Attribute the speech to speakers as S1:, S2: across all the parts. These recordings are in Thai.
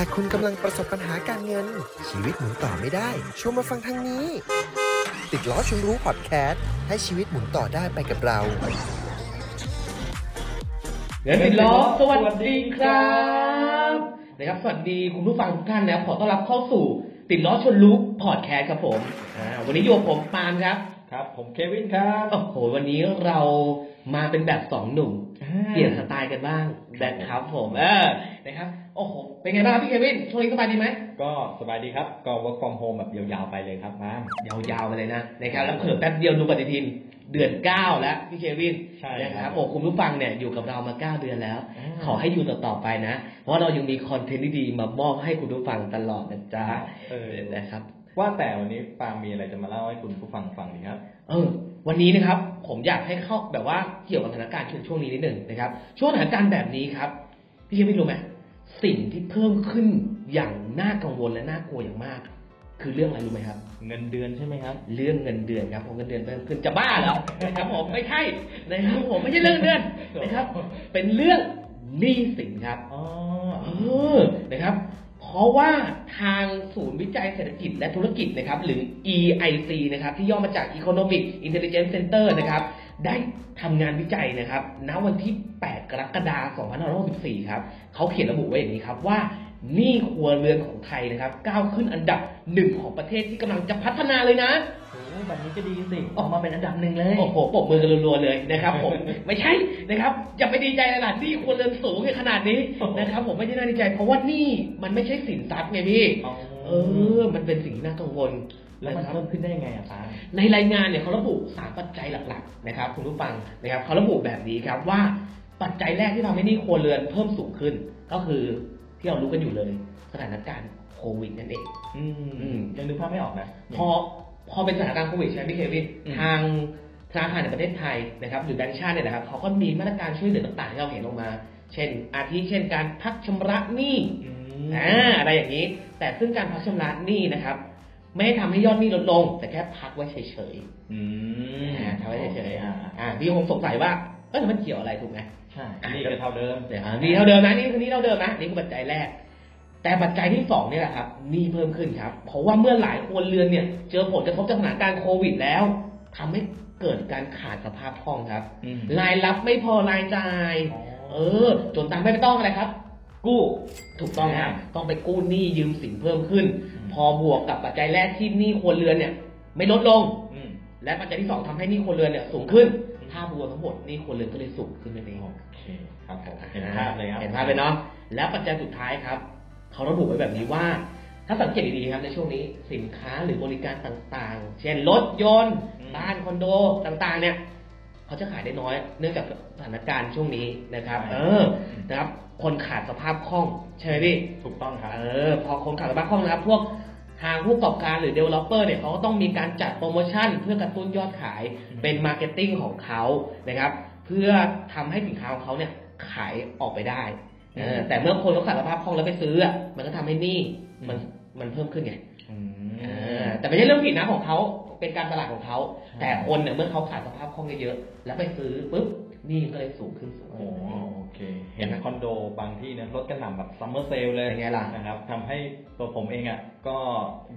S1: ากคุณกำลังประสบปัญหาการเงิน ชีวิตหมุนต่อไม่ได้ ชวนมาฟังทางนี้ ติดล้อชวนรู้พอดแคสต์ให้ชีวิตหมุนต่อได้ไปกับเรา
S2: เงินติดล้อสวัสดีครับนะครับ สวัสดีคุณผู้ฟังทุกท่านนะครับขอต้อนรับเข้าสู่ ติดล้อชวนลุกพอดแคสต์ครับผมอ่าวันนี้อยู่กับผมปาล์มครับ
S3: ครับ ผมเควินครับ
S2: โอ้โหวันนี้เรามาเป็นแบบสองหนุ่มเปลี่ยนสไตล์กันบ้างแบบครับผมเออนะครับโอ้โหเป็นไงบ้างครับพี่เควินช่วงนี้สบายดีไหม
S3: ก็สบายดีครับ ก็ work from home แบบยาวๆไปเลยครับมาม
S2: ยาวๆไปเลยนะนะครับแล้วเผิ่แป๊บเดียวดูปฏิทินเดือนเก้าแล้วพี่เควิน
S3: ใช่ครับ
S2: นะครับโอ้คุณผู้ฟังเนี่ยอยู่กับเรามาเก้าเดือนแล้ว
S3: อ่า
S2: ขอให้อยู่ต่อต่อๆไปนะ เพราะเรายังมีคอนเทนต์ดีๆมามอบให้คุณผู้ฟังตลอดนะจ๊ะ
S3: เออ
S2: นะครับ
S3: ว่าแต่วันนี้ปาล์มมีอะไรจะมาเล่าให้คุณผู้ฟังฟังดีครับ
S2: เออ วันนี้นะครับ ผมอยากให้เข้าแบบว่าเกี่ยวกับสถานการณ์ช่วงช่วงนี้นิดหนึ่งนะครับ ช่วงสถานการณ์แบบนี้ครับ พี่คิดไม่รู้ไหมสิ่งที่เพิ่มขึ้นอย่างน่ากังวลและน่ากลัวอย่างมาก คือเรื่องอะไรรู้ไหมครับ
S3: เงินเดือนใช่ไหมครับ
S2: เรื่องเงินเดือนครับผมเงินเดือนเพิ่มขึ้นจะบ้าเหรอนะครับผมไม่ใช่นะครับผมไม่ใช่เรื่องเดือนนะครับ เป็นเรื่องหนี้สินครับ
S3: อ๋อ
S2: เออนะครับ เพราะว่าทางศูนย์วิจัยเศรษฐกิจและธุรกิจนะครับ หรือ EIC นะครับ ที่ย่อมาจาก Economic Intelligence Center นะครับ ได้ทำงานวิจัยนะครับณวันที่ 8 กรกฎาคม2564 ครับ เขาเขียนระบุไว้อย่างนี้ครับว่าหนี้ครัวเรือนของไทยนะครับ ก้าวขึ้นอันดับหนึ่งของประเทศที่กำลังจะพัฒนาเลยนะ
S3: โอ้ยแบบนี้ก็ดีสิ
S2: ออกมาเป็นอันดับหนึ่งเลย โอ้โหปรบมือกันรัวๆเลยนะครับผม ไม่ใช่นะครับ อย่าไปดีใจเลยล่ะที่ควรเรือนสูงขนาดนี้นะครับผมไม่ได้น่าดีใจ เพราะว่านี่มันไม่ใช่สินทรัพย์ไงพี่
S3: อ๋อ
S2: เออ มันเป็นสิ่งที่น่ากังวล
S3: แล้วมัน
S2: นะครับ
S3: เพิ่มขึ้นได้ไงอะปาล์ม
S2: ในรายงานเนี่ยเขาระบุสามปัจจัยหลักๆนะครับคุณผู้ฟังนะครับเขาระบุแบบนี้ครับว่าปัจจัยแรกที่ทำให้หนี้ครัวเรือนเพิ่มสูงขึ้น ก็คือที่เรารู้กันอยู่เลยสถานการณ์โควิดนั่นเอง
S3: อืมยังนึกภาพไม่ออกนะ
S2: พอพอเป็นสถานการณ์โควิดใช่ไหมพี่เควิน
S3: อืม
S2: ทางธนาคารแห่งประเทศไทยนะครับหรือแบงก์ชาติเนี่ยนะครับเขาก็มีมาตรการช่วยเหลือต่างๆที่เราเห็นออกมา เช่น อาทิเช่นการพักชำระหนี้
S3: อืม
S2: อ่าอะไรอย่างนี้ แต่ซึ่งการพักชำระหนี้นะครับ ไม่ได้ทำให้ยอดหนี้ลดลง แต่แค่พักไว้เฉย
S3: อื
S2: ๆ
S3: ม
S2: อ่าพักไว้เฉยๆ
S3: อ่า
S2: อ่าอ่าพี่คงสงสัยว่าเอ้ยมันเกี่ยวอะไรถูกไหม
S3: ใช่อันนี่ก็เท่าเดิม
S2: เดี๋ยวนี่เท่าเดิมนะนี่คือนี่เท่าเดิมนะนี่คือปัจจัยแรก แต่ปัจจัยที่สองเนี่ยแหละครับหนี่เพิ่มขึ้นครับ เพราะว่าเมื่อหลายครัวเรือนเนี่ย เจอผลกระทบจากสถานการณ์โควิดแล้วทำให้เกิดการขาดสภาพคล่องครับ
S3: อืม
S2: รายรับไม่พอรายจ่าย เออ จนตังค์ไม่ต้องอะไรครับ กู้ถูกต้องครับต้องไปกู้หนี้ยืมสินเพิ่มขึ้น พอบวกกับปัจจัยแรกที่หนี้ครัวเรือนเนี่ย ไม่ลดลง
S3: อืม
S2: และปัจจัยที่สองทำให้หนี้ครัวเรือนเนี่ยสูงขึ้นภาพรวมทั้งหมดหนี้ครัวเรือนก็เลยสูงขึ้นนั่นเอง
S3: โอเคครับผมเห็นภาพเลยครับ
S2: เห็นภาพเลยเนาะ แล้วปัจจัยสุดท้ายครับ เขาระบุไว้แบบนี้ว่า ถ้าสังเกตดีๆครับในช่วงนี้สินค้าหรือบริการต่างๆ เช่นรถยนต์
S3: อืม
S2: บ้านคอนโดต่างๆ เนี่ย เขาจะขายได้น้อย เนื่องจากสถานการณ์ช่วงนี้นะครับ
S3: ใช่
S2: เออ นะครับ คนขาดสภาพคล่องใช่ไหมพี่
S3: ถูกต้องครับ
S2: เออ พอคนขาดสภาพคล่องนะครับ พวกทางผู้ประกอบการหรือ developer เนี่ยเขาก็ต้องมีการจัดโปรโมชั่น เพื่อกระตุ้นยอดขาย
S3: อืม
S2: เป็น marketing ของเขานะครับ เพื่อทำให้สินค้าของเขาเนี่ยขายออกไปได้เออแต่เมื่อคนเขาขาดสภาพคล่องแล้วไปซื้ออะมันก็ทำให้หนี่มันมันเพิ่มขึ้นไง
S3: อืม
S2: เออแต่ไม่ใช่เรื่องผิดนะของเขาเป็นการตลาดของเขา
S3: ใช่
S2: แต่คนเนี่ยเมื่อเขาขาดสภาพคล่องเยอะๆแล้วไปซื้อปุ๊บหนี่ก็เลยสูงขึ้นสูง
S3: โอ้
S2: ขึ้น
S3: โหโอเค เห็นคอนโดบางที่เนี่ยลดกระหน่ำแบบซัมเมอร์เซลเลย
S2: เป็นไงล่ะ
S3: นะครับทำให้ตัวผมเองอ่ะ ก็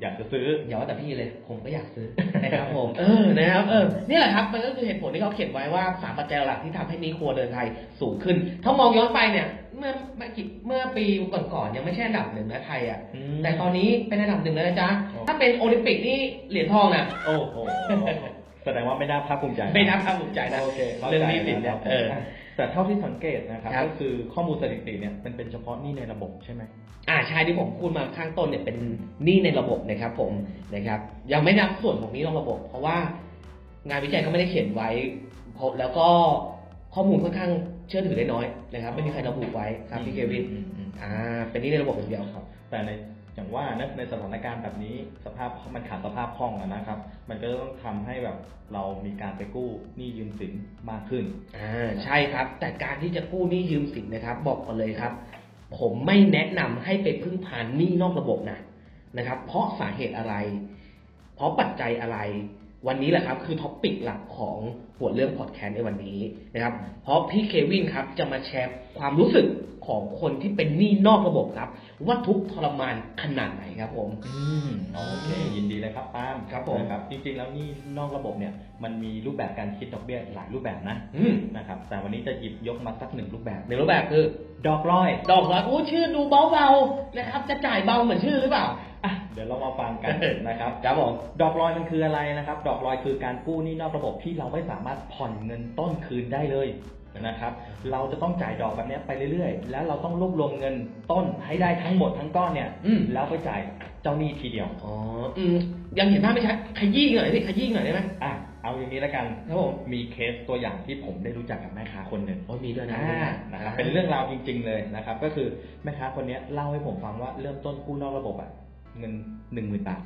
S3: อยากจะซื้อ
S2: อย่าว่าแต่พี่เลย ผมก็อยากซื้อ นะครับ ผม เออ นะครับ เออ นี่แหละครับ มันก็คือเหตุผลที่เขาเขียนไว้ว่าสามปัจจัยหลักที่ทำให้หนี้ครัวเรือนไทยสูงขึ้น ถ้ามองย้อนไปเนี่ย เมื่อไม่กี่เมื่อปีก่อนๆยังไม่ใช่อันดับหนึ่งนะไทยอ่ะ
S3: อืม
S2: แต่ตอนนี้เป็นอันดับหนึ่งแล้วนะจ๊ะ
S3: โอ้
S2: ถ้าเป็นโอลิมปิกนี่เหรียญทองนะ
S3: โอ้โห แสดงว่าไม่น่าภาคภูมิใจ
S2: ไม่นับความภูมิใจนะ
S3: โอเคข้าใจ
S2: เรื่องหนี้สินเนี่ย
S3: ะครับ
S2: เออ
S3: แต่เท่าที่สังเกตนะครับ
S2: ครับ
S3: ก็คือข้อมูลสถิติเนี่ยมันเป็นเฉพาะหนี่ในระบบใช่ไหม
S2: อ่าใช่ที่ผมพูดมาข้างต้นเนี่ยเป็นหนี้ในระบบนะครับผมนะครับ ยังไม่นับส่วนของหนี้นอกระบบ เพราะว่างานวิจัยเขาไม่ได้เขียนไว้เพราะแล้วก็ข้อมูลค่อนข้างเชื่อถือได้น้อยนะครับ ไม่มีใครระบุไว้ครับพี่เควิน
S3: อืมอืม
S2: อ่าเป็นหนี้ในระบบอย่างเดียวครับ
S3: แต่ในอย่างว่านะในสถานการณ์แบบนี้สภาพมันขาดสภาพคล่องอะนะครับ มันก็ต้องทำให้แบบเรามีการไปกู้หนี้ยืมสินมากขึ้น
S2: อ่าใช่ครับ แต่การที่จะกู้หนี้ยืมสินนะครับ บอกก่อนเลยครับ ผมไม่แนะนำให้ไปพึ่งพาหนี้นอกระบบนะนะครับ เพราะสาเหตุอะไร เพราะปัจจัยอะไร วันนี้แหละครับคือท็อปปิกหลักของหัวเรื่องพอดแคสต์ในวันนี้นะครับเพราะพี่เควินครับจะมาแชร์ความรู้สึกของคนที่เป็นหนี้นอกระบบครับ ว่าทุกข์ทรมานขนาดไหนครับผม
S3: อืมโอเค ยินดีเลยครับปาล์ม
S2: ครับผม
S3: นะครับ จริงๆแล้วหนี่นอกระบบเนี่ย มันมีรูปแบบการคิดดอกเบี้ยหลายรูปแบบนะ
S2: อืม
S3: นะครับ แต่วันนี้จะหยิบยกมาสักหนึ่งรูปแบบ
S2: ในรูปแบบคือ
S3: ดอกร้อย
S2: ดอกร้อยโอ้ชื่อดูเบาๆนะครับจะจ่ายเบาเหมือนชื่อหรือเปล่า
S3: อ่ะเดี๋ยวเรามาฟังกัน นะครับ
S2: ครับผม
S3: ดอกลอยมันคืออะไรนะครับ ดอกลอยคือการกู้หนี้นอกระบบที่เราไม่สามารถผ่อนเงินต้นคืนได้เลยนะครับ เราจะต้องจ่ายดอกแบบเนี้ยไปเรื่อยๆ แล้วเราต้องรวบรวมเงินต้นให้ได้ทั้งหมดทั้งก้อนเนี่ย
S2: อืม
S3: แล้วไปจ่ายเจ้าหนี้ทีเดียว
S2: อ๋ออืมยังเห็นภาพไม่ชัดขยี้หน่อยสิขยี้หน่อยได้ไหม
S3: อ่ะเอาอย่างนี้แล้วกัน
S2: ครับผม
S3: มีเคสตัวอย่างที่ผมได้รู้จักกับแม่ค้าคนหนึ่ง
S2: โอ้ยมีด้วยนะ
S3: อ่านะครับเป็นเรื่องราวจริง ๆ เลยนะครับ ก็คือแม่ค้าคนเนี้ยเล่าให้ผมฟังว่าเริ่มต้นกู้นอกระบบอะเงินหนึ่งหมื่นบาท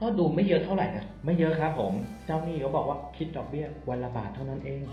S2: ก็ดูไม่เยอะเท่าไหร่นะ
S3: ไม่เยอะครับผม เจ้าหนี้เขาบอกว่าคิดดอกเบี้ยวันละบาทเท่านั้นเอง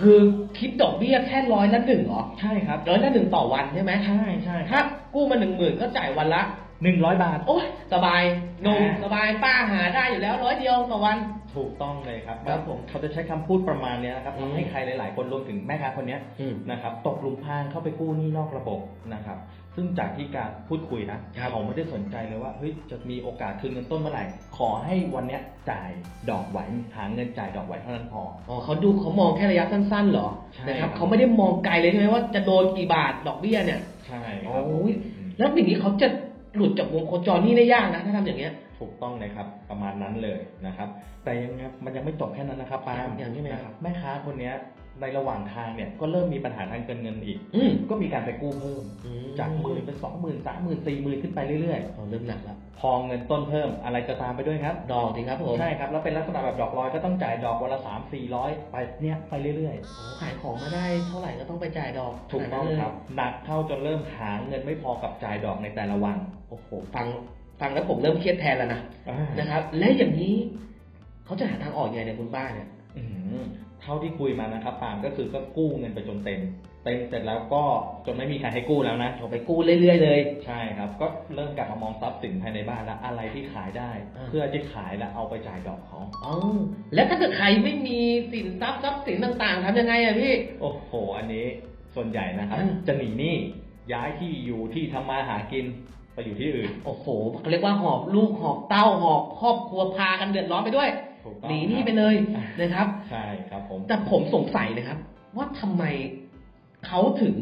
S2: คือคิดดอกเบี้ยแค่ร้อยละหนึ่งเหรอ
S3: ใช่ครับ
S2: ร้อยละหนึ่งต่อวันใช่ไหม
S3: ใช่ใช่
S2: ถ้ากู้มาหนึ่งหมื่นก็จ่ายวันละ
S3: หนึ่งร้อยบาท
S2: โอ้ยสบายนม
S3: อ่า
S2: สบายป้าหาได้อยู่แล้วร้อยเดียวต่อวัน
S3: ถูกต้องเลยครับ
S2: ครับผม
S3: เขาจะใช้คำพูดประมาณเนี้ยนะครับ
S2: อืม
S3: ทำให้ใครหลาย ๆ คนรวมถึงแม่ค้าคนเนี้ย
S2: อืม
S3: นะครับ ตกหลุมพรางเข้าไปกู้หนี้นอกระบบนะครับ ซึ่งจากที่การพูดคุยนะครับ เขาไม่ได้สนใจเลยว่าเฮ้ยจะมีโอกาสคืนเงินต้นเมื่อไหร่ ขอให้วันเนี้ยจ่ายดอกไหวหาเงินจ่ายดอกไหวเท่านั้นพอ
S2: อ๋อเขาดูเขามองแค่ระยะสั้นๆเหรอ
S3: ใช่
S2: นะครับ
S3: ครับ
S2: เขาไม่ได้มองไกลเลยใช่ไหมว่าจะโดนกี่บาทดอกเบี้ยเนี่ย
S3: ใช่
S2: โอ
S3: ครับ
S2: ้ยแล้วอย่างนี้เขาจะหลุดจากวงโคจรนี่ได้ยากนะถ้าทำอย่างเงี้ย
S3: ถูกต้องเลยครับ ประมาณนั้นเลยนะครับ แต่ยังไงมันยังไม่จบแค่นั้นนะครับปาล์ม
S2: ยังใช่ไหมครับ
S3: แม่ค้าคนเนี้ยในระหว่างทางเนี่ยก็เริ่มมีปัญหาทางการเงินอีก
S2: อืม
S3: ก็มีการไปกู้เพิ่ม จากหมื่นเป็นสองหมื่นสามหมื่นสี่หมื่นขึ้นไปเรื่อย
S2: อ๋อเริ่มหนักแล้ว
S3: ๆ พอเงินต้นเพิ่มอะไรจะตามไปด้วยครับ
S2: ดอกดีครับผม
S3: ใช่ครับ แล้วเป็นลักษณะแบบดอกลอยก็ต้องจ่ายดอกวันละสามสี่ร้อยไปเนี้ยไปเรื่อย
S2: โอ้ขายของมาได้เท่าไหร่ก็ต้องไปจ่ายดอก
S3: ๆ ถูกต้องครับ หนักเข้าจนเริ่มหาเงินไม่พอกับจ่ายดอกในแต่ละวัน
S2: โอ้โหฟังฟังแล้วผมเริ่มเครียดแทนแล้วนะ
S3: อ่า
S2: นะครับและอย่างนี้เขาจะหาทางออกยังไงเนี่ยคุณป้าเนี่ย
S3: อื้อหือเท่าที่คุยมานะครับปาล์มก็คือก็กู้เงินไปจนเต็ม เต็มเสร็จแล้วก็จนไม่มีใครให้กู้แล้วนะ
S2: เอาไปกู้เรื่อยๆเลย
S3: ใช่ครับ ก็เริ่มกลับมามองทรัพย์สินภายในบ้านแล้วอะไรที่ขายได้
S2: อ่า
S3: เพื่อจะขายแล้วเอาไปจ่ายดอกเขา
S2: อ๋อแล้วถ้าเกิดใครไม่มีสินทรัพย์ทรัพย์สินต่างๆทำยังไงอะพี่
S3: โอ้โห อันนี้ส่วนใหญ่นะครับ
S2: อืม
S3: จะหนีหนี้ย้ายที่อยู่ที่ทำมาหากินไปอยู่ที่อื่น
S2: โอ้โหเขาเรียกว่าหอบลูกหอบเต้าหอบครอบครัวพากันเดือดร้อนไปด้วย
S3: ถูกต้อง
S2: หนีหนี่
S3: ครับ
S2: ไปเลยนะครับ
S3: ใช่ครับผม
S2: แต่ผมสงสัยนะครับ ว่าทำไมเขาถึง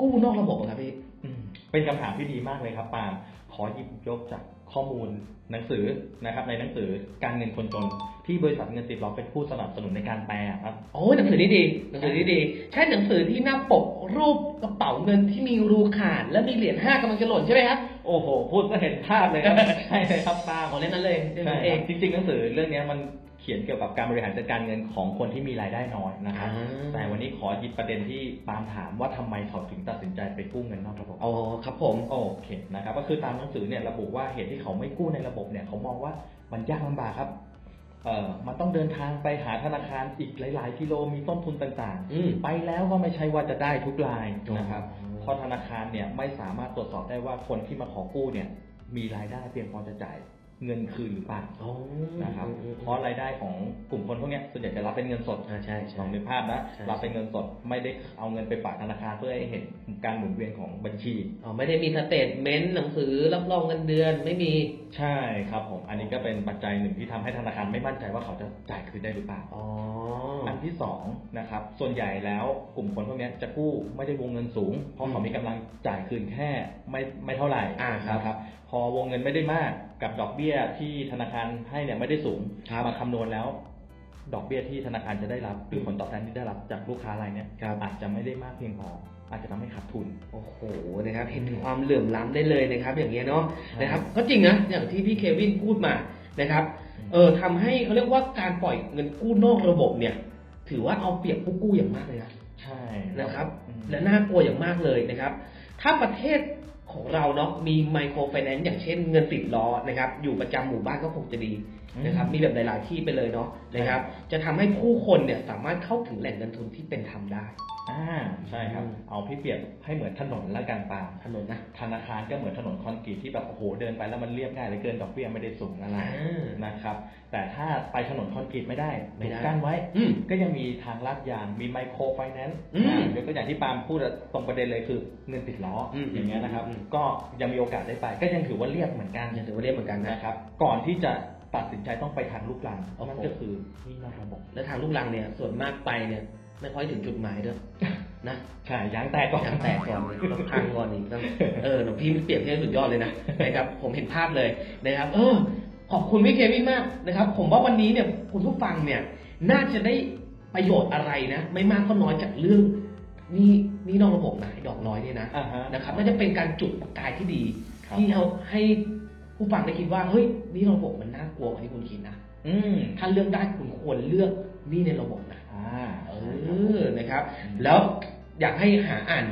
S2: กู้นอกระบบอะครับพี่
S3: อืมเป็นคำถามที่ดีมากเลยครับปาล์มขอหยิบยกจากข้อมูลหนังสือนะครับ ในหนังสือการเงินคนจน ที่บริษัทเงินติดล้อมเป็นผู้สนับสนุนในการแปลครับ
S2: โอ้ยหนังสือนี้ดีหนังสือนี้ดี ใช่หนังสือที่หน้าปกรูปกระเป๋าเงินที่มีรูขาดและมีเหรียญห้ากำลังจะหล่นใช่ไหมครับ
S3: โอ้โห พูดก็เห็นภาพ เลยครับ ใช่เลยครับปาล์ม
S2: ของเล่นนั้นเลยเล่น
S3: ใช่
S2: นั้น
S3: ค
S2: เอ
S3: รั
S2: ง
S3: บจริงๆหนังสือเรื่องเนี้ยมันเขียนเกี่ยวกับการบริหารจัดการเงินของคนที่มีรายได้น้อยนะครับ แต่วันนี้ขอหยิบประเด็นที่ปาล์มถามว่าทำไมเขาถึงตัดสินใจไปกู้เงินนอกระบบ
S2: อ๋อครับผม
S3: โอเคนะครับก็คือตามหนังสือเนี่ยระบุว่าเหตุที่เขาไม่กู้ในระบบเนี่ยเขามองว่ามันยากลำบากครับเอ่อมันต้องเดินทางไปหาธนาคารอีกหลาย ๆ กิโลมีต้นทุนต่าง
S2: อืม
S3: ๆ ไปแล้วก็ไม่ใช่ว่าจะได้ทุกรายนะครับ
S2: อ๋อ
S3: เพราะธนาคารเนี่ยไม่สามารถตรวจสอบได้ว่าคนที่มาขอกู้เนี่ยมีรายได้เพียงพอจะจ่ายเงินคืนหรือเปล่า
S2: อ๋อ
S3: นะครับ
S2: อืม
S3: เพราะรายได้ของกลุ่มคนพวกเนี้ยส่วนใหญ่จะรับเป็นเงินสด
S2: อ่าใช่ใช่
S3: ลองนึกภาพนะ
S2: ใช่
S3: รับเป็นเงินสดไม่ได้เอาเงินไปฝากธนาคารเพื่อให้เห็นการหมุนเวียนของบัญชี
S2: อ๋อไม่ได้มีสเตทเมนต์หนังสือรับรองเงินเดือนไม่มี
S3: ใช่ครับผม อันนี้ก็เป็นปัจจัยหนึ่งที่ทำให้ธนาคารไม่มั่นใจว่าเขาจะจ่ายคืนได้หรือเปล่า
S2: อ๋อ
S3: อันที่สองนะครับส่วนใหญ่แล้วกลุ่มคนพวกเนี้ยจะกู้ไม่ได้วงเงินสูง เพราะเขามีกำลังจ่ายคืนแค่ไม่ไม่เท่าไหร่
S2: อ่าครับ
S3: นะครับ พอวงเงินไม่ได้มากกับดอกเบี้ยที่ธนาคารให้เนี่ยไม่ได้สูง
S2: ครับ
S3: มาคำนวณแล้ว ดอกเบี้ยที่ธนาคารจะได้รับหรือผลตอบแทนที่ได้รับจากลูกค้ารายเนี้ยอาจจะไม่ได้มากเพียงพอ อาจจะทำให้ขาดทุน
S2: โอ้โหนะครับเห็นถึงความเหลื่อมล้ำได้เลยนะครับ อย่างเงี้ยเนาะ
S3: ใช่
S2: นะครับก็จริงนะอย่างที่พี่เควินพูดมานะครับเออทำให้เขาเรียกว่าการปล่อยเงินกู้นอกระบบเนี่ย ถือว่าเอาเปรียบผู้กู้อย่างมากเลยนะ
S3: ใช่
S2: นะครับ
S3: อืม
S2: และน่ากลัวอย่างมากเลยนะครับ ถ้าประเทศของเราเนาะมีไมโครไฟแนนซ์อย่างเช่นเงินติดล้อนะครับ อยู่ประจำหมู่บ้านก็คงจะดี นะครับมีแบบหลาย ๆ ที่ไปเลยเนาะนะครับ จะทำให้ผู้คนเนี่ยสามารถเข้าถึงแหล่งเงินทุนที่เป็นธรรมได้
S3: อ่าใช่ครับ
S2: อืม
S3: เอาพี่เปรียบให้เหมือนถนนละกันปาล์ม
S2: ถนนนะ
S3: ธนาคารก็เหมือนถนนคอนกรีตที่แบบโอ้โหเดินไปแล้วมันเรียบง่ายเหลยเกินดอกเบี้ยไม่ได้สูงอะไร
S2: อ่า
S3: นะครับ แต่ถ้าไปถนนคอนกรีตไม่ได้
S2: ไม่ได้
S3: ถูกกั้นไว้
S2: อืม
S3: ก็ยังมีทางลาดยางมีไมโครไฟแนนซ์
S2: อืม
S3: ยกตัวอย่างที่ปาล์มพูดอะตรงประเด็นเลยคือเงินติดล้ออ
S2: ม
S3: อย่างเงี้ยนะครับ
S2: อืม
S3: ก็ยังมีโอกาสได้ไป ก็ยังถือว่าเรียบเหมือนกัน
S2: ยังถือว่าเรียกเหมือนกันนะ
S3: นะครับ ก่อนที่จะตัดสินใจต้องไปทางลูกหลัง
S2: โอ้โห
S3: นั่นก็คือหนี่นอกระบบ
S2: แล้วทางลูกรังเนี่ยส่วนมากไปเนี่ยไม่ค่อยถึงจุดหมายด้วยนะ
S3: ใช่ยางแตกก่อน
S2: ยางแตกก่อนเลยรถพังก่อนอีกต้องเออหลวงพี่มันเปรียบเทียบสุดยอดเลยนะนะครับ ผมเห็นภาพเลยนะครับ เออ ขอบคุณพี่เควินมากนะครับ ผมว่าวันนี้เนี่ยคุณผู้ฟังเนี่ย น่าจะได้ประโยชน์อะไรนะ ไม่มากก็น้อยจากเรื่องนี่นี่นอกระบบนะไอ้ดอกน้อยเนี่ยนะ
S3: อ่าฮะ
S2: นะครับน่าจะเป็นการจุดประกายที่ดี
S3: ครับ
S2: ที่เอาให้ผู้ฟังได้คิดว่าเฮ้ยนี่ระบบมันน่ากลัวกว่าที่คุณคิดนะ
S3: อืม
S2: ถ้าเลือกได้คุณควรเลือกนี่ในระบบนะ
S3: อ่า
S2: เออนะครับ
S3: อืม
S2: แล้วอยากให้หาอ่าน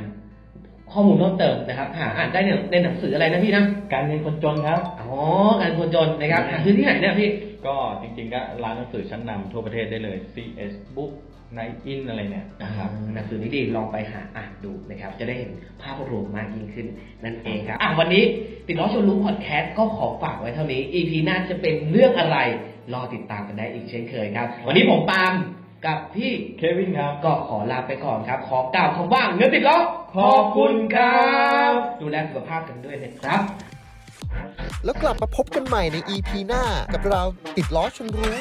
S2: ข้อมูลเพิ่มเติมนะครับ หาอ่านได้ในในหนังสืออะไรนะพี่นะ
S3: การเงินคนจนครับ
S2: อ๋อการคนจนนะครับหาซื้อที่ไหนเนี่ยพี่
S3: ก็จริงๆก็ร้านหนังสือชั้นนำทั่วประเทศได้เลย CS Book Night In อะไรเนี่ยนะครับ
S2: หนังสือนี้ดีลองไปหาอ่านดูนะครับ จะได้เห็นภาพรวมมากยิ่งขึ้นนั่นเองครับอ่ะวันนี้ติดล้อชวนรู้พอดแคสต์ก็ขอฝากไว้เท่านี้ EP หน้าจะเป็นเรื่องอะไร รอติดตามกันได้อีกเช่นเคยครับ วันนี้ผมปาล์มกับพี่
S3: เควินครับ
S2: ก็ขอลาไปก่อนครับ ขอกล่าวคำว่าเงินติดล้อขอบคุณครับ ดูแลสุขภาพกันด้วยนะครับ
S1: แล้วกลับมาพบกันใหม่ใน EP หน้ากับเราติดล้อชนรู้